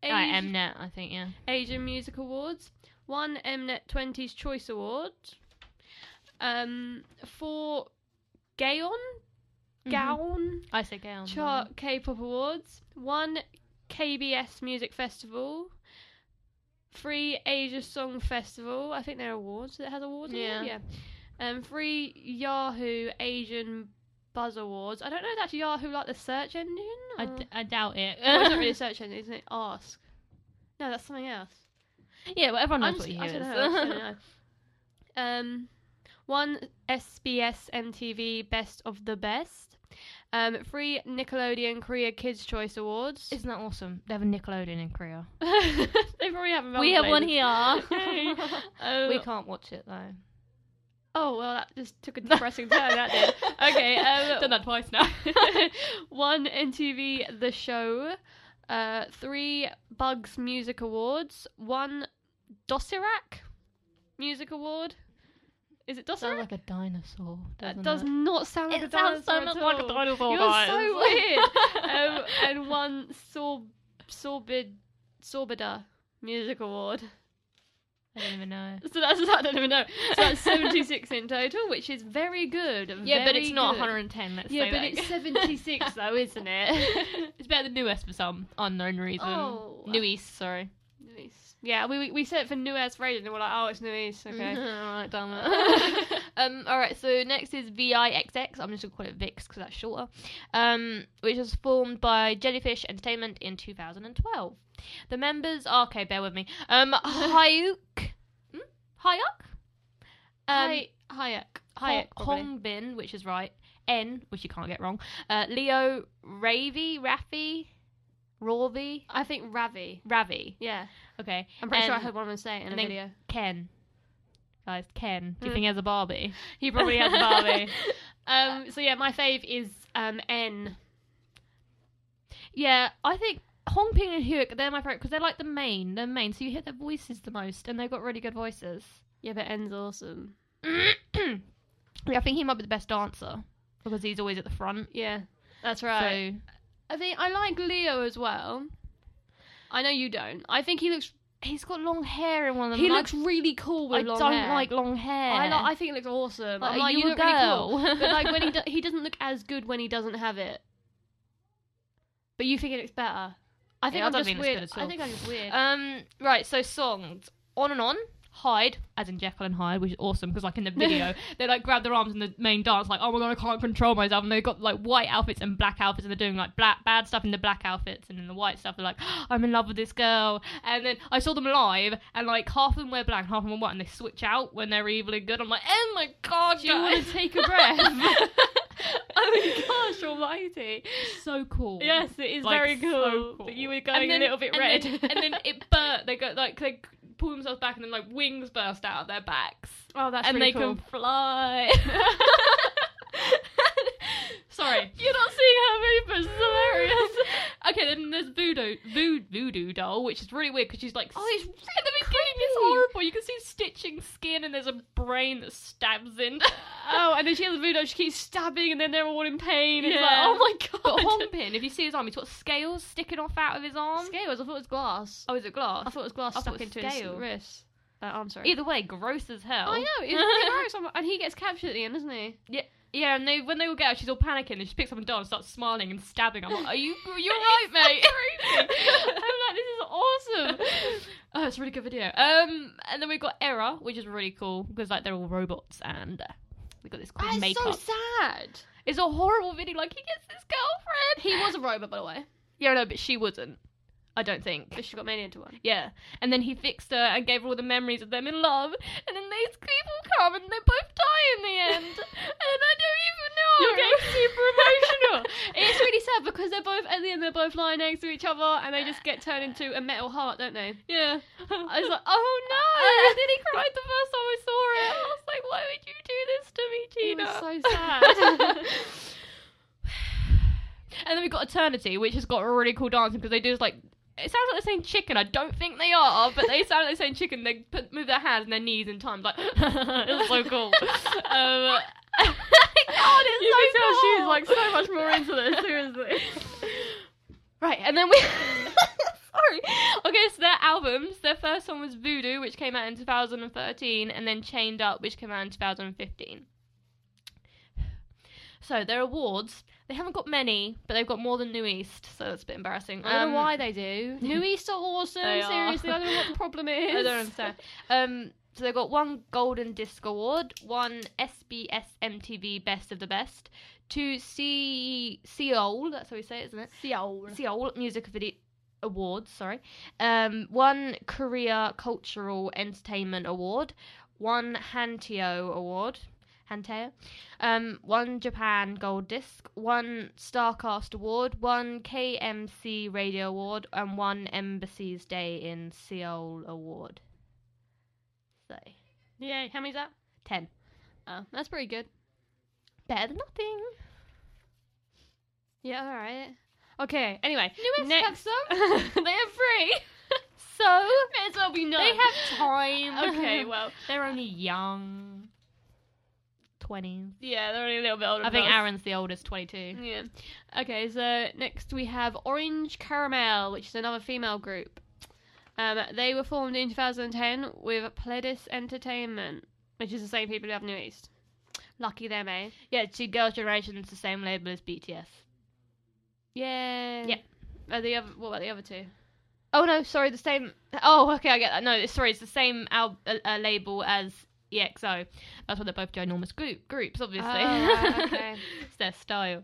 Speaker 2: I am net, I think, yeah.
Speaker 1: Asian Music Awards, one Mnet 20s Choice Award, um, four Gaon,
Speaker 2: Mm-hmm.
Speaker 1: Gaon
Speaker 2: I say gown.
Speaker 1: Chart K-pop Awards, one KBS Music Festival, three Asia Song Festival. I think they're awards. It has awards. in it?
Speaker 2: Yeah.
Speaker 1: yeah. Um, three Yahoo Asian Buzz Awards. I don't know if that's Yahoo like the search engine.
Speaker 2: I,
Speaker 1: or-
Speaker 2: d- I doubt it.
Speaker 1: well, it's not really a search engine, isn't it? Ask. No, that's something else.
Speaker 2: yeah, well, everyone
Speaker 1: I'm
Speaker 2: knows
Speaker 1: just-
Speaker 2: what you
Speaker 1: I
Speaker 2: is.
Speaker 1: don't know, I just don't know. Um, one SBS MTV Best of the Best. Um, three Nickelodeon Korea Kids Choice Awards.
Speaker 2: Isn't that awesome? They have a Nickelodeon in Korea.
Speaker 1: they probably have. a
Speaker 2: we have one
Speaker 1: playlist.
Speaker 2: here.
Speaker 1: Yay. Um,
Speaker 2: we can't watch it though.
Speaker 1: oh well, that just took a depressing turn. That did. Okay. Um,
Speaker 2: Done that twice now.
Speaker 1: one MTV The Show, uh, three Bugs Music Awards, one Dosirak Music Award. Is it
Speaker 2: Sounds
Speaker 1: Dosirak?
Speaker 2: like a dinosaur.
Speaker 1: That
Speaker 2: doesn't
Speaker 1: does
Speaker 2: it?
Speaker 1: not sound like a
Speaker 2: It sounds so
Speaker 1: dinosaur
Speaker 2: much
Speaker 1: at
Speaker 2: like a
Speaker 1: all. You're
Speaker 2: dinosaur. guys.
Speaker 1: so weird. um, and one Sorb Sorbid Sorbida Music Award.
Speaker 2: I don't even know.
Speaker 1: So that's I don't even know. So that's 76 in total, which is very good.
Speaker 2: Yeah, but
Speaker 1: very
Speaker 2: it's not
Speaker 1: good.
Speaker 2: 110. Let's
Speaker 1: Yeah,
Speaker 2: say
Speaker 1: but
Speaker 2: that.
Speaker 1: it's 76 though, isn't it?
Speaker 2: it's better than New East for some unknown reason.
Speaker 1: Oh.
Speaker 2: New East, sorry.
Speaker 1: New East. Yeah, we we- we set it for New East Radio, and they we're like, oh, it's New East. Okay.
Speaker 2: Alright, damn it. um, alright, so next is VIXX. I'm just going to call it VIX because that's shorter. Um, which was formed by Jellyfish Entertainment in 2012. The members are, okay, bear with me. Um, Hayuk. Hmm? Hayuk? Um,
Speaker 1: Hay- Hayek.
Speaker 2: Hayuk.
Speaker 1: Hayek. probably.
Speaker 2: Hongbin, which is right. N, which you can't get wrong. Uh, Leo Ravi, Rafi, Ravi,
Speaker 1: I think Ravi.
Speaker 2: Ravi.
Speaker 1: Yeah.
Speaker 2: Okay.
Speaker 1: I'm pretty sure I
Speaker 2: And-
Speaker 1: heard one of them say it in a
Speaker 2: and then-
Speaker 1: video.
Speaker 2: Ken. Guys, Ken. Do you
Speaker 1: Mm.
Speaker 2: think he has a Barbie?
Speaker 1: He probably has Barbie. um, so yeah, my fave is um, N.
Speaker 2: Yeah, I think Hong Ping and Hyuk, they're my favorite because they're like the main, they're main. So you hear their voices the most, and they've got really good voices.
Speaker 1: Yeah, but N's awesome.
Speaker 2: yeah, I think he might be the best dancer because he's always at the front.
Speaker 1: Yeah, that's right. I think I like Leo as well. I know you don't. I think he looks
Speaker 2: So he's got long hair in one of them.
Speaker 1: he
Speaker 2: and I-
Speaker 1: looks really cool
Speaker 2: I
Speaker 1: with long
Speaker 2: don't
Speaker 1: hair.
Speaker 2: like long hair.
Speaker 1: I like. I think it looks awesome.
Speaker 2: Like,
Speaker 1: I'm
Speaker 2: are
Speaker 1: like,
Speaker 2: you
Speaker 1: you,
Speaker 2: a
Speaker 1: look really cool.
Speaker 2: girl?
Speaker 1: But like when he do- he doesn't look as good when he doesn't have it. But you think it looks better. I think
Speaker 2: Yeah, I
Speaker 1: I'm
Speaker 2: don't
Speaker 1: just
Speaker 2: think it's
Speaker 1: weird.
Speaker 2: good at
Speaker 1: I
Speaker 2: all.
Speaker 1: think I'm just weird.
Speaker 2: Um, right, so songs. On and on. Hyde, as in Jekyll and Hyde, which is awesome because, like, in the video, they like grab their arms in the main dance, like, oh my god, I can't control myself. And they've got like white outfits and black outfits, and they're doing like black, bad stuff in the black outfits, and in the white stuff, they're like, "Oh, I'm in love with this girl. And then I saw them live, and like half of them wear black, and half of them wear white, and they switch out when they're evil and good. I'm like, oh my god,
Speaker 1: Do you
Speaker 2: guys."
Speaker 1: want to take a breath? oh my gosh, almighty!
Speaker 2: so cool.
Speaker 1: Yes, it is
Speaker 2: Like,
Speaker 1: very
Speaker 2: so
Speaker 1: cool,
Speaker 2: cool.
Speaker 1: But you were
Speaker 2: And
Speaker 1: going
Speaker 2: then-
Speaker 1: a little bit
Speaker 2: and
Speaker 1: red,
Speaker 2: then- and then it burst. They go like they pull themselves back, and then like wings burst out of their backs,
Speaker 1: oh, that's
Speaker 2: and
Speaker 1: really
Speaker 2: they
Speaker 1: cool.
Speaker 2: can fly. Sorry,
Speaker 1: You're not seeing her move, but it's hilarious.
Speaker 2: okay, then there's voodoo, voodoo, voodoo doll, which is really weird because she's like,
Speaker 1: oh, it's
Speaker 2: at the beginning, it's horrible. You can see stitching skin, and there's a brain that stabs in.
Speaker 1: oh, and then she has a voodoo. She keeps stabbing, and then they're all in pain. It's like,
Speaker 2: Yeah.
Speaker 1: oh my god.
Speaker 2: But Honpin, if you see his arm, he's got scales sticking off out of his arm.
Speaker 1: Scales. I thought it was glass.
Speaker 2: Oh, is it glass?
Speaker 1: I thought it was glass
Speaker 2: I thought
Speaker 1: stuck
Speaker 2: it was
Speaker 1: into his
Speaker 2: scale.
Speaker 1: wrist. Uh, I'm sorry.
Speaker 2: Either way, gross as hell.
Speaker 1: I know. It's really gross. I'm- And he gets captured at the end, doesn't he?
Speaker 2: Yeah, and they when they all get out, she's all panicking. And she picks up a doll and starts smiling and stabbing. I'm like, "Are you? You're right, mate."
Speaker 1: crazy.
Speaker 2: I'm like, "This is awesome." oh, it's a really good video. Um, and then we've got Era, which is really cool because like they're all robots and uh, we got this cool
Speaker 1: That's
Speaker 2: makeup.
Speaker 1: so sad.
Speaker 2: it's a horrible video. Like he gets his girlfriend.
Speaker 1: He was a robot, by the way,
Speaker 2: Yeah, no, but she wasn't. I don't think.
Speaker 1: but she got made into one.
Speaker 2: Yeah. And then he fixed her and gave her all the memories of them in love. And then these people come and they both die in the end. and I don't even know.
Speaker 1: You're getting
Speaker 2: super
Speaker 1: emotional. It's really sad because they're both at the end. They're both lying next to each other, and they just get turned into a metal heart, don't they?
Speaker 2: yeah.
Speaker 1: I
Speaker 2: I
Speaker 1: was
Speaker 2: was
Speaker 1: like,
Speaker 2: like,
Speaker 1: oh
Speaker 2: oh,
Speaker 1: no!
Speaker 2: and then he cried the first time I saw it. I was like, why would you do this to me,
Speaker 1: He
Speaker 2: Gina?
Speaker 1: was so sad.
Speaker 2: and then we got Eternity, which has got really cool dancing because they do this like. It sounds like they're saying chicken. I don't think they are, but they sound like they're saying chicken. They put, move their hands and their knees in time. Like, it's so cool. Um, God, it's
Speaker 1: you
Speaker 2: so
Speaker 1: can tell she's
Speaker 2: cool.
Speaker 1: like so much more into this. Seriously.
Speaker 2: Right, and then we. Sorry. Okay, so their albums. Their first one was Voodoo, which came out in 2013, and then Chained Up, which came out in 2015. So their awards. They haven't got many, but they've got more than New East, so that's a bit embarrassing.
Speaker 1: I don't
Speaker 2: Um,
Speaker 1: know why they do. New East are awesome.
Speaker 2: They are.
Speaker 1: Seriously, I don't know what the problem is.
Speaker 2: I don't understand. Um, so they got one Golden Disc Award, one SBS MTV Best of the Best, two C Seoul. That's how we say it, isn't it?
Speaker 1: Seoul.
Speaker 2: Seoul Music Video Awards, sorry. Um, one Korea Cultural Entertainment Award, one Hanteo Award, Hanteo, um, one Japan Gold Disc, one Starcast Award, one KMC Radio Award, and one Embassy's Day in Seoul Award. So
Speaker 1: Yeah, how many's that?
Speaker 2: ten,
Speaker 1: Oh, that's pretty good.
Speaker 2: better than nothing.
Speaker 1: Yeah, all right. Okay. Anyway,
Speaker 2: New West
Speaker 1: next, they have three.
Speaker 2: So
Speaker 1: May as well be none.
Speaker 2: they have time.
Speaker 1: Okay, well,
Speaker 2: They're only young. 20s.
Speaker 1: yeah, they're only a little bit older.
Speaker 2: I think
Speaker 1: than us.
Speaker 2: Aaron's the oldest, 22.
Speaker 1: Yeah. Okay, so next we have Orange Caramel, which is another female group. Um, they were formed in 2010 with Pledis Entertainment, which is the same people who have New East. Lucky them, eh?
Speaker 2: Yeah, two Girls' Generation is the same label as BTS.
Speaker 1: Yeah.
Speaker 2: Yeah.
Speaker 1: Are the other, what about the other two?
Speaker 2: Oh no, sorry, the same. Oh, okay, I get that. No, it's- sorry, it's the same al- uh, uh, label as EXO. That's why they're both ginormous group groups, obviously.
Speaker 1: Oh, right, okay.
Speaker 2: it's their style.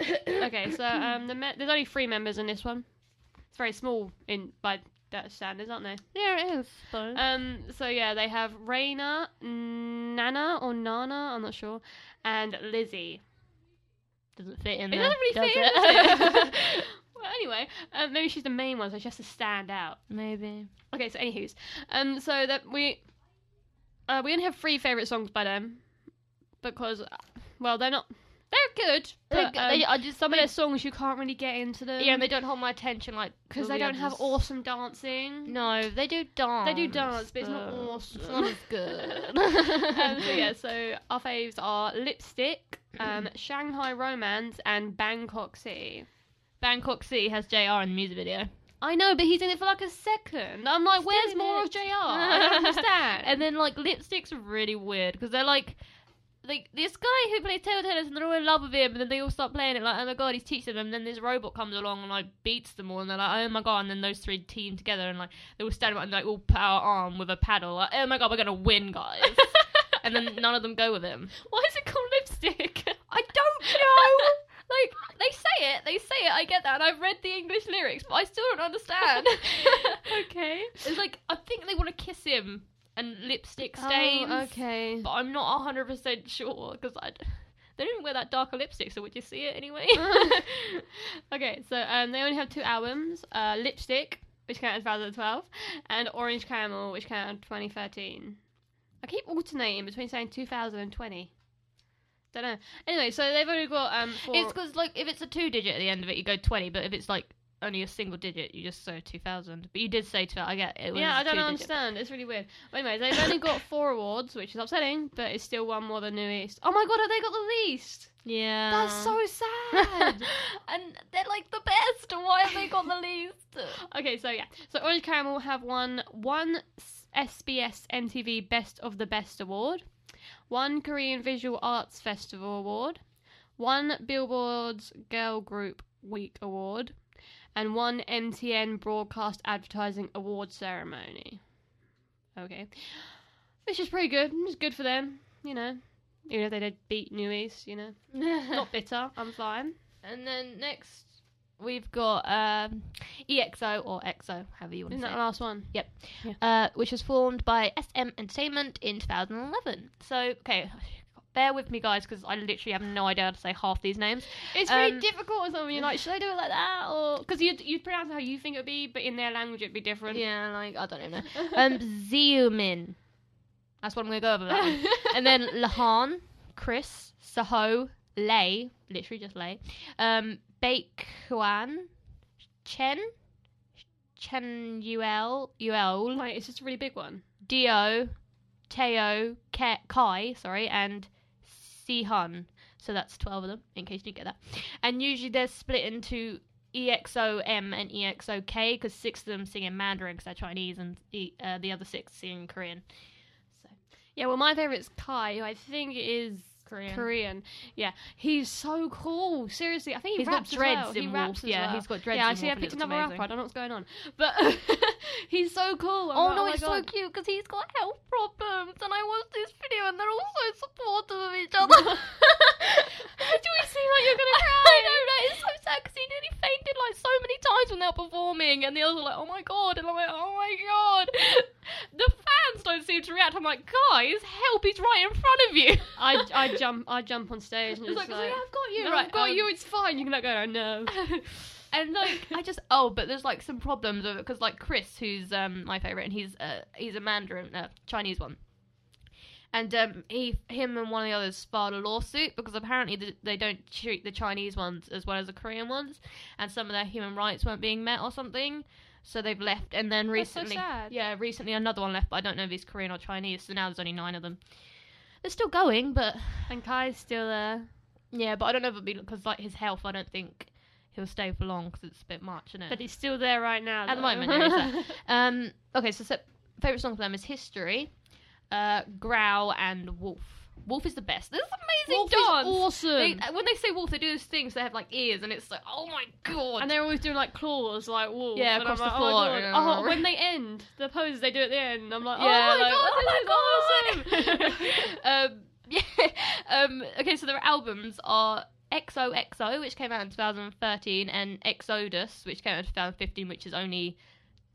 Speaker 1: okay, so um, the me- there's only three members in this one. It's very small in by Dutch standards, aren't they?
Speaker 2: Yeah, it is. Uh, Mm-hmm.
Speaker 1: Um, so yeah, they have Raina, Nana or Nana, I'm not sure, and Lizzie.
Speaker 2: doesn't fit in
Speaker 1: It
Speaker 2: there.
Speaker 1: doesn't really
Speaker 2: does
Speaker 1: fit in, does it?
Speaker 2: it?
Speaker 1: well, anyway, um, maybe she's the main one, so she has to stand out.
Speaker 2: Maybe.
Speaker 1: Okay, so anywho's, um, so that we, uh, we only have three favorite songs by them, because, uh, well, they're not, they're good, but um,
Speaker 2: I just
Speaker 1: some of their songs you can't really get into them.
Speaker 2: yeah, and they don't hold my attention like
Speaker 1: because
Speaker 2: all
Speaker 1: they
Speaker 2: the
Speaker 1: don't have
Speaker 2: others.
Speaker 1: awesome dancing.
Speaker 2: No, they do dance.
Speaker 1: They do dance, but it's not awesome.
Speaker 2: It's not as good.
Speaker 1: um, so yeah, so our faves are Lipstick, um, Shanghai Romance, and Bangkok City.
Speaker 2: Bangkok City has JR in the music video.
Speaker 1: I know, but he's in it for like a second. I'm like, where's
Speaker 2: doing
Speaker 1: more
Speaker 2: it.
Speaker 1: of Jr. I don't understand.
Speaker 2: And then like lipsticks are really weird because they're like. Like this guy who plays table tennis, and they're all in love with him, and then they all start playing it. Like, oh my god, he's teaching them. And then this robot comes along and like beats them all, and they're like, oh my god. And then those three team together, and like they all stand up and like all power arm with a paddle. Like, oh my god, we're gonna win, guys. and then none of them go with him.
Speaker 1: why is it called Lipstick?
Speaker 2: I don't know. like they say it, they say it. I get that, and I've read the English lyrics, but I still don't understand.
Speaker 1: okay.
Speaker 2: It's like I think they want to kiss him and lipstick stains.
Speaker 1: Oh, okay.
Speaker 2: But I'm not hundred percent sure because I d- they don't even wear that darker lipstick. So would you see it anyway?
Speaker 1: okay, so um, they only have two albums uh, Lipstick, which came out in 2012, and Orange Camel, which came out in 2013. I keep alternating between saying 2020. Don't know. Anyway, so they've only got um. Four...
Speaker 2: it's because like if it's a two digit at the end of it, you go twenty. But if it's like only a single digit, you just say two thousand. But you did say two. I get it. was
Speaker 1: yeah, I don't
Speaker 2: two digit.
Speaker 1: understand. It's really weird. But anyway, they've only got four awards, which is upsetting, but it's still one more than New East. Oh my god, have they got the least?
Speaker 2: Yeah,
Speaker 1: That's so sad.
Speaker 2: and they're like the best. Why have they got the least?
Speaker 1: okay, so yeah, so Orange Caramel have won one SBS MTV Best of the Best award, one Korean Visual Arts Festival award, one Billboard's Girl Group Week award, and one MTN Broadcast Advertising Award ceremony. Okay, which is pretty good. It's good for them, you know. Even if they did beat New East, you know, not bitter. I'm fine.
Speaker 2: And then next we've got um, EXO or EXO, however you want
Speaker 1: Isn't
Speaker 2: to
Speaker 1: that
Speaker 2: say,
Speaker 1: the last one?
Speaker 2: it, uh, which was formed by SM Entertainment in 2011. So okay, bear with me guys because I literally have no idea how to say half these names.
Speaker 1: It's really
Speaker 2: Um,
Speaker 1: difficult with something. You're like, should I do it like that, or because you you pronounce it how you think it'd be, but in their language it'd be different.
Speaker 2: Yeah, like I don't even know. Um, Zoomin. That's what I'm gonna go over. That one. and then Lahan, Chris, Saho, Lei, literally just Lei, um, Baek Huan, Chen, Chen Yuel, Yuel,
Speaker 1: like it's just a really big one.
Speaker 2: Dio, Teo, Ke- Kai, sorry, and Sihun. So that's 12 of them, in case you didn't get that. And usually they're split into E EXOM and E EXOK, because six of them sing in Mandarin, because they're Chinese, and the, uh, the other six sing in Korean.
Speaker 1: Yeah, well, my favorite's Kai, who I think is
Speaker 2: Korean.
Speaker 1: Korean. Yeah, he's so cool. Seriously, I think he
Speaker 2: He's got
Speaker 1: raps
Speaker 2: dreads
Speaker 1: as well.
Speaker 2: in
Speaker 1: he
Speaker 2: Wolf.
Speaker 1: raps as
Speaker 2: yeah,
Speaker 1: well.
Speaker 2: he's got dreads
Speaker 1: yeah, I
Speaker 2: in
Speaker 1: see.
Speaker 2: Wolf.
Speaker 1: I
Speaker 2: and
Speaker 1: picked
Speaker 2: it looks
Speaker 1: another
Speaker 2: amazing.
Speaker 1: rapper. I don't know what's going on, but he's so cool. I'm
Speaker 2: Oh
Speaker 1: like,
Speaker 2: no,
Speaker 1: my
Speaker 2: it's so
Speaker 1: God.
Speaker 2: cute because he's got health problems, and I watched this video, and they're all so supportive of each other. Why do we seem like you're gonna cry? I don't know. It's so sad because he nearly fainted like so many times when they were performing, and the others were like, "Oh my god," and I'm like, "Oh my god." The fans don't seem to react. I'm like, guys, help! He's right in front of you.
Speaker 1: I, I jump I jump on stage and
Speaker 2: It's
Speaker 1: just
Speaker 2: like,
Speaker 1: like,
Speaker 2: "Oh, yeah, I've got you.
Speaker 1: no,
Speaker 2: right,
Speaker 1: I've got
Speaker 2: um,
Speaker 1: you. It's fine. You can like go. No.
Speaker 2: and like I just oh, but there's like some problems with it because like Chris, who's um my favorite, and he's uh he's a Mandarin, uh, Chinese one, and um he him and one of the others filed a lawsuit because apparently th they don't treat the Chinese ones as well as the Korean ones, and some of their human rights weren't being met or something. So they've left, and then
Speaker 1: That's so
Speaker 2: recently,
Speaker 1: sad.
Speaker 2: yeah, recently another one left, but I don't know if he's Korean or Chinese. So now there's only nine of them. They're still going, but
Speaker 1: And Kai's still uh, there.
Speaker 2: yeah, but I don't know if it'd be because like his health. I don't think he'll stay for long because it's a bit much, isn't it?
Speaker 1: But he's still there right now.
Speaker 2: At
Speaker 1: though.
Speaker 2: the moment, yeah, he's Um, okay, so, sep- favorite song for them is History, uh, Growl, and Wolf. Wolf is the best. This is amazing.
Speaker 1: Wolf is
Speaker 2: dance.
Speaker 1: awesome.
Speaker 2: They- when they say wolf, they do those things. They have like ears, and it's like, oh my god.
Speaker 1: and they're always doing like claws, like wolves.
Speaker 2: Yeah,
Speaker 1: and I'm
Speaker 2: across the
Speaker 1: like,
Speaker 2: floor.
Speaker 1: Oh, my God. oh, when they end the poses they do at the end, I'm like,
Speaker 2: yeah,
Speaker 1: oh my
Speaker 2: like,
Speaker 1: god, this is
Speaker 2: oh my
Speaker 1: awesome.
Speaker 2: god. um, yeah. Um, okay, so their albums are XOXO, which came out in 2013, and Exodus, which came out in 2015, which is only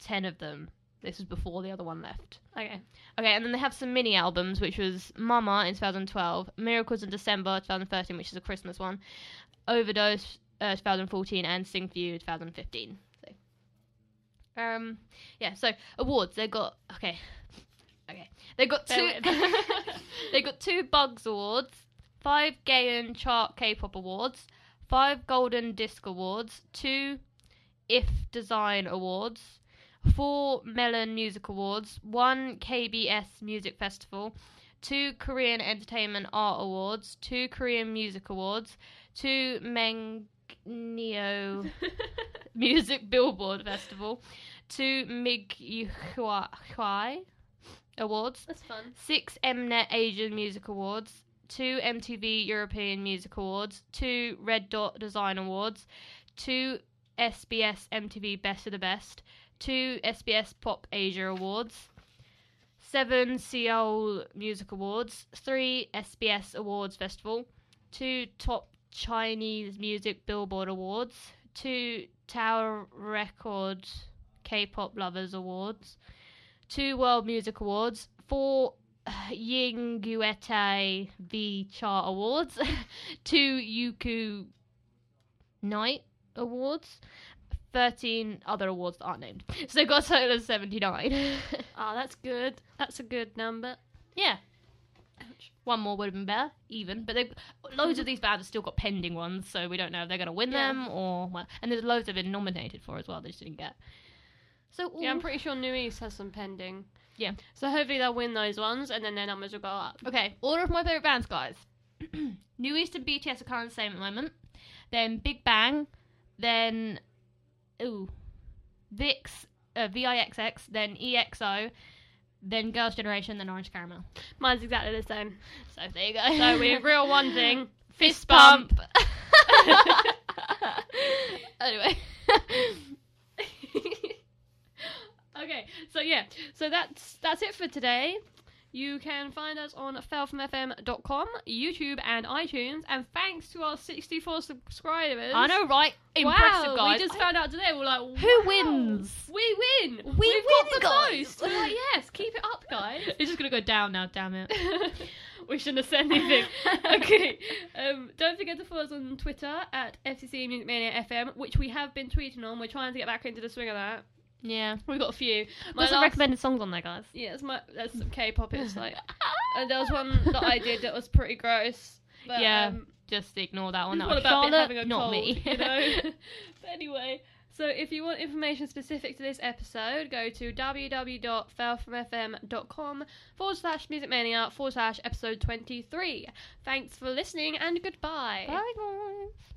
Speaker 2: 10 of them. This was before the other one left.
Speaker 1: okay,
Speaker 2: Okay, and then they have some mini albums, which was Mama in 2012, Miracles in December 2013, which is a Christmas one, Overdose uh, 2014, and Sing For You 2015. So, um, yeah. So awards, they got okay, okay, they got
Speaker 1: Bear
Speaker 2: two.
Speaker 1: with.
Speaker 2: they got two Bugs Awards, five Gay and Chart K-pop Awards, five Golden Disc Awards, two If Design Awards, four Melon Music Awards, one KBS Music Festival, two Korean Entertainment Art Awards, two Korean Music Awards, two Mengneo Music Billboard Festival, two Mig Hwai Awards,
Speaker 1: that's fun.
Speaker 2: six Mnet Asian Music Awards, two MTV European Music Awards, two Red Dot Design Awards, two SBS MTV Best of the Best, two SBS Pop Asia Awards, seven Seoul Music Awards, three SBS Awards Festival, two Top Chinese Music Billboard Awards, two Tower Record K-pop Lovers Awards, two World Music Awards, four Ying Guete V Chart Awards, two Yuku Night Awards, 13 other awards that aren't named. So they got a total of 79.
Speaker 1: Oh, that's good. That's a good number.
Speaker 2: yeah. One more would have been better, even. But they loads of these bands have still got pending ones, so we don't know if they're going to win
Speaker 1: Yeah.
Speaker 2: them or. Well, and there's loads they've been nominated for as well, they just didn't get. So,
Speaker 1: Yeah, I'm
Speaker 2: ooh.
Speaker 1: pretty sure New East has some pending.
Speaker 2: Yeah.
Speaker 1: So hopefully they'll win those ones, and then their numbers will go up.
Speaker 2: Okay, order of my favorite bands, guys. New East and BTS are kind of the same at the moment. Then Big Bang, then ooh, Vix, uh, VIXX, then EXO, then Girls' Generation, then Orange Caramel.
Speaker 1: Mine's exactly the same.
Speaker 2: So there you go.
Speaker 1: So we're real one thing.
Speaker 2: fist
Speaker 1: bump.
Speaker 2: bump. anyway.
Speaker 1: Okay, so yeah, so that's that's it for today. You can find us on failfromfm.com, YouTube, and iTunes. And thanks to our 64 subscribers.
Speaker 2: I know, right? Impressive,
Speaker 1: wow,
Speaker 2: guys.
Speaker 1: We just found out today. We're like,
Speaker 2: Who
Speaker 1: wow,
Speaker 2: wins?
Speaker 1: We win. We We've
Speaker 2: win,
Speaker 1: got the
Speaker 2: guys.
Speaker 1: most. We're like, yes, keep it up, guys.
Speaker 2: it's just gonna go down now. Damn it.
Speaker 1: we shouldn't have said anything. okay. Um, don't forget to follow us on Twitter at FCC Music Mania FM, which we have been tweeting on. We're trying to get back into the swing of that.
Speaker 2: Yeah.
Speaker 1: We've got a few. My
Speaker 2: There's some
Speaker 1: last-
Speaker 2: recommended songs on there, guys.
Speaker 1: Yeah, it's my there's some K-pop. It's like
Speaker 2: Uh,
Speaker 1: and there was one that I did that was pretty gross. But,
Speaker 2: Yeah.
Speaker 1: um,
Speaker 2: Just ignore that one.
Speaker 1: it's
Speaker 2: That
Speaker 1: all
Speaker 2: was
Speaker 1: about having
Speaker 2: Charlotte,
Speaker 1: a
Speaker 2: not
Speaker 1: cold,
Speaker 2: me.
Speaker 1: you know. but anyway, so if you want information specific to this episode, go to www.failfromfm.com forward slash music mania forward slash episode twenty three. Thanks for listening and goodbye.
Speaker 2: Bye guys.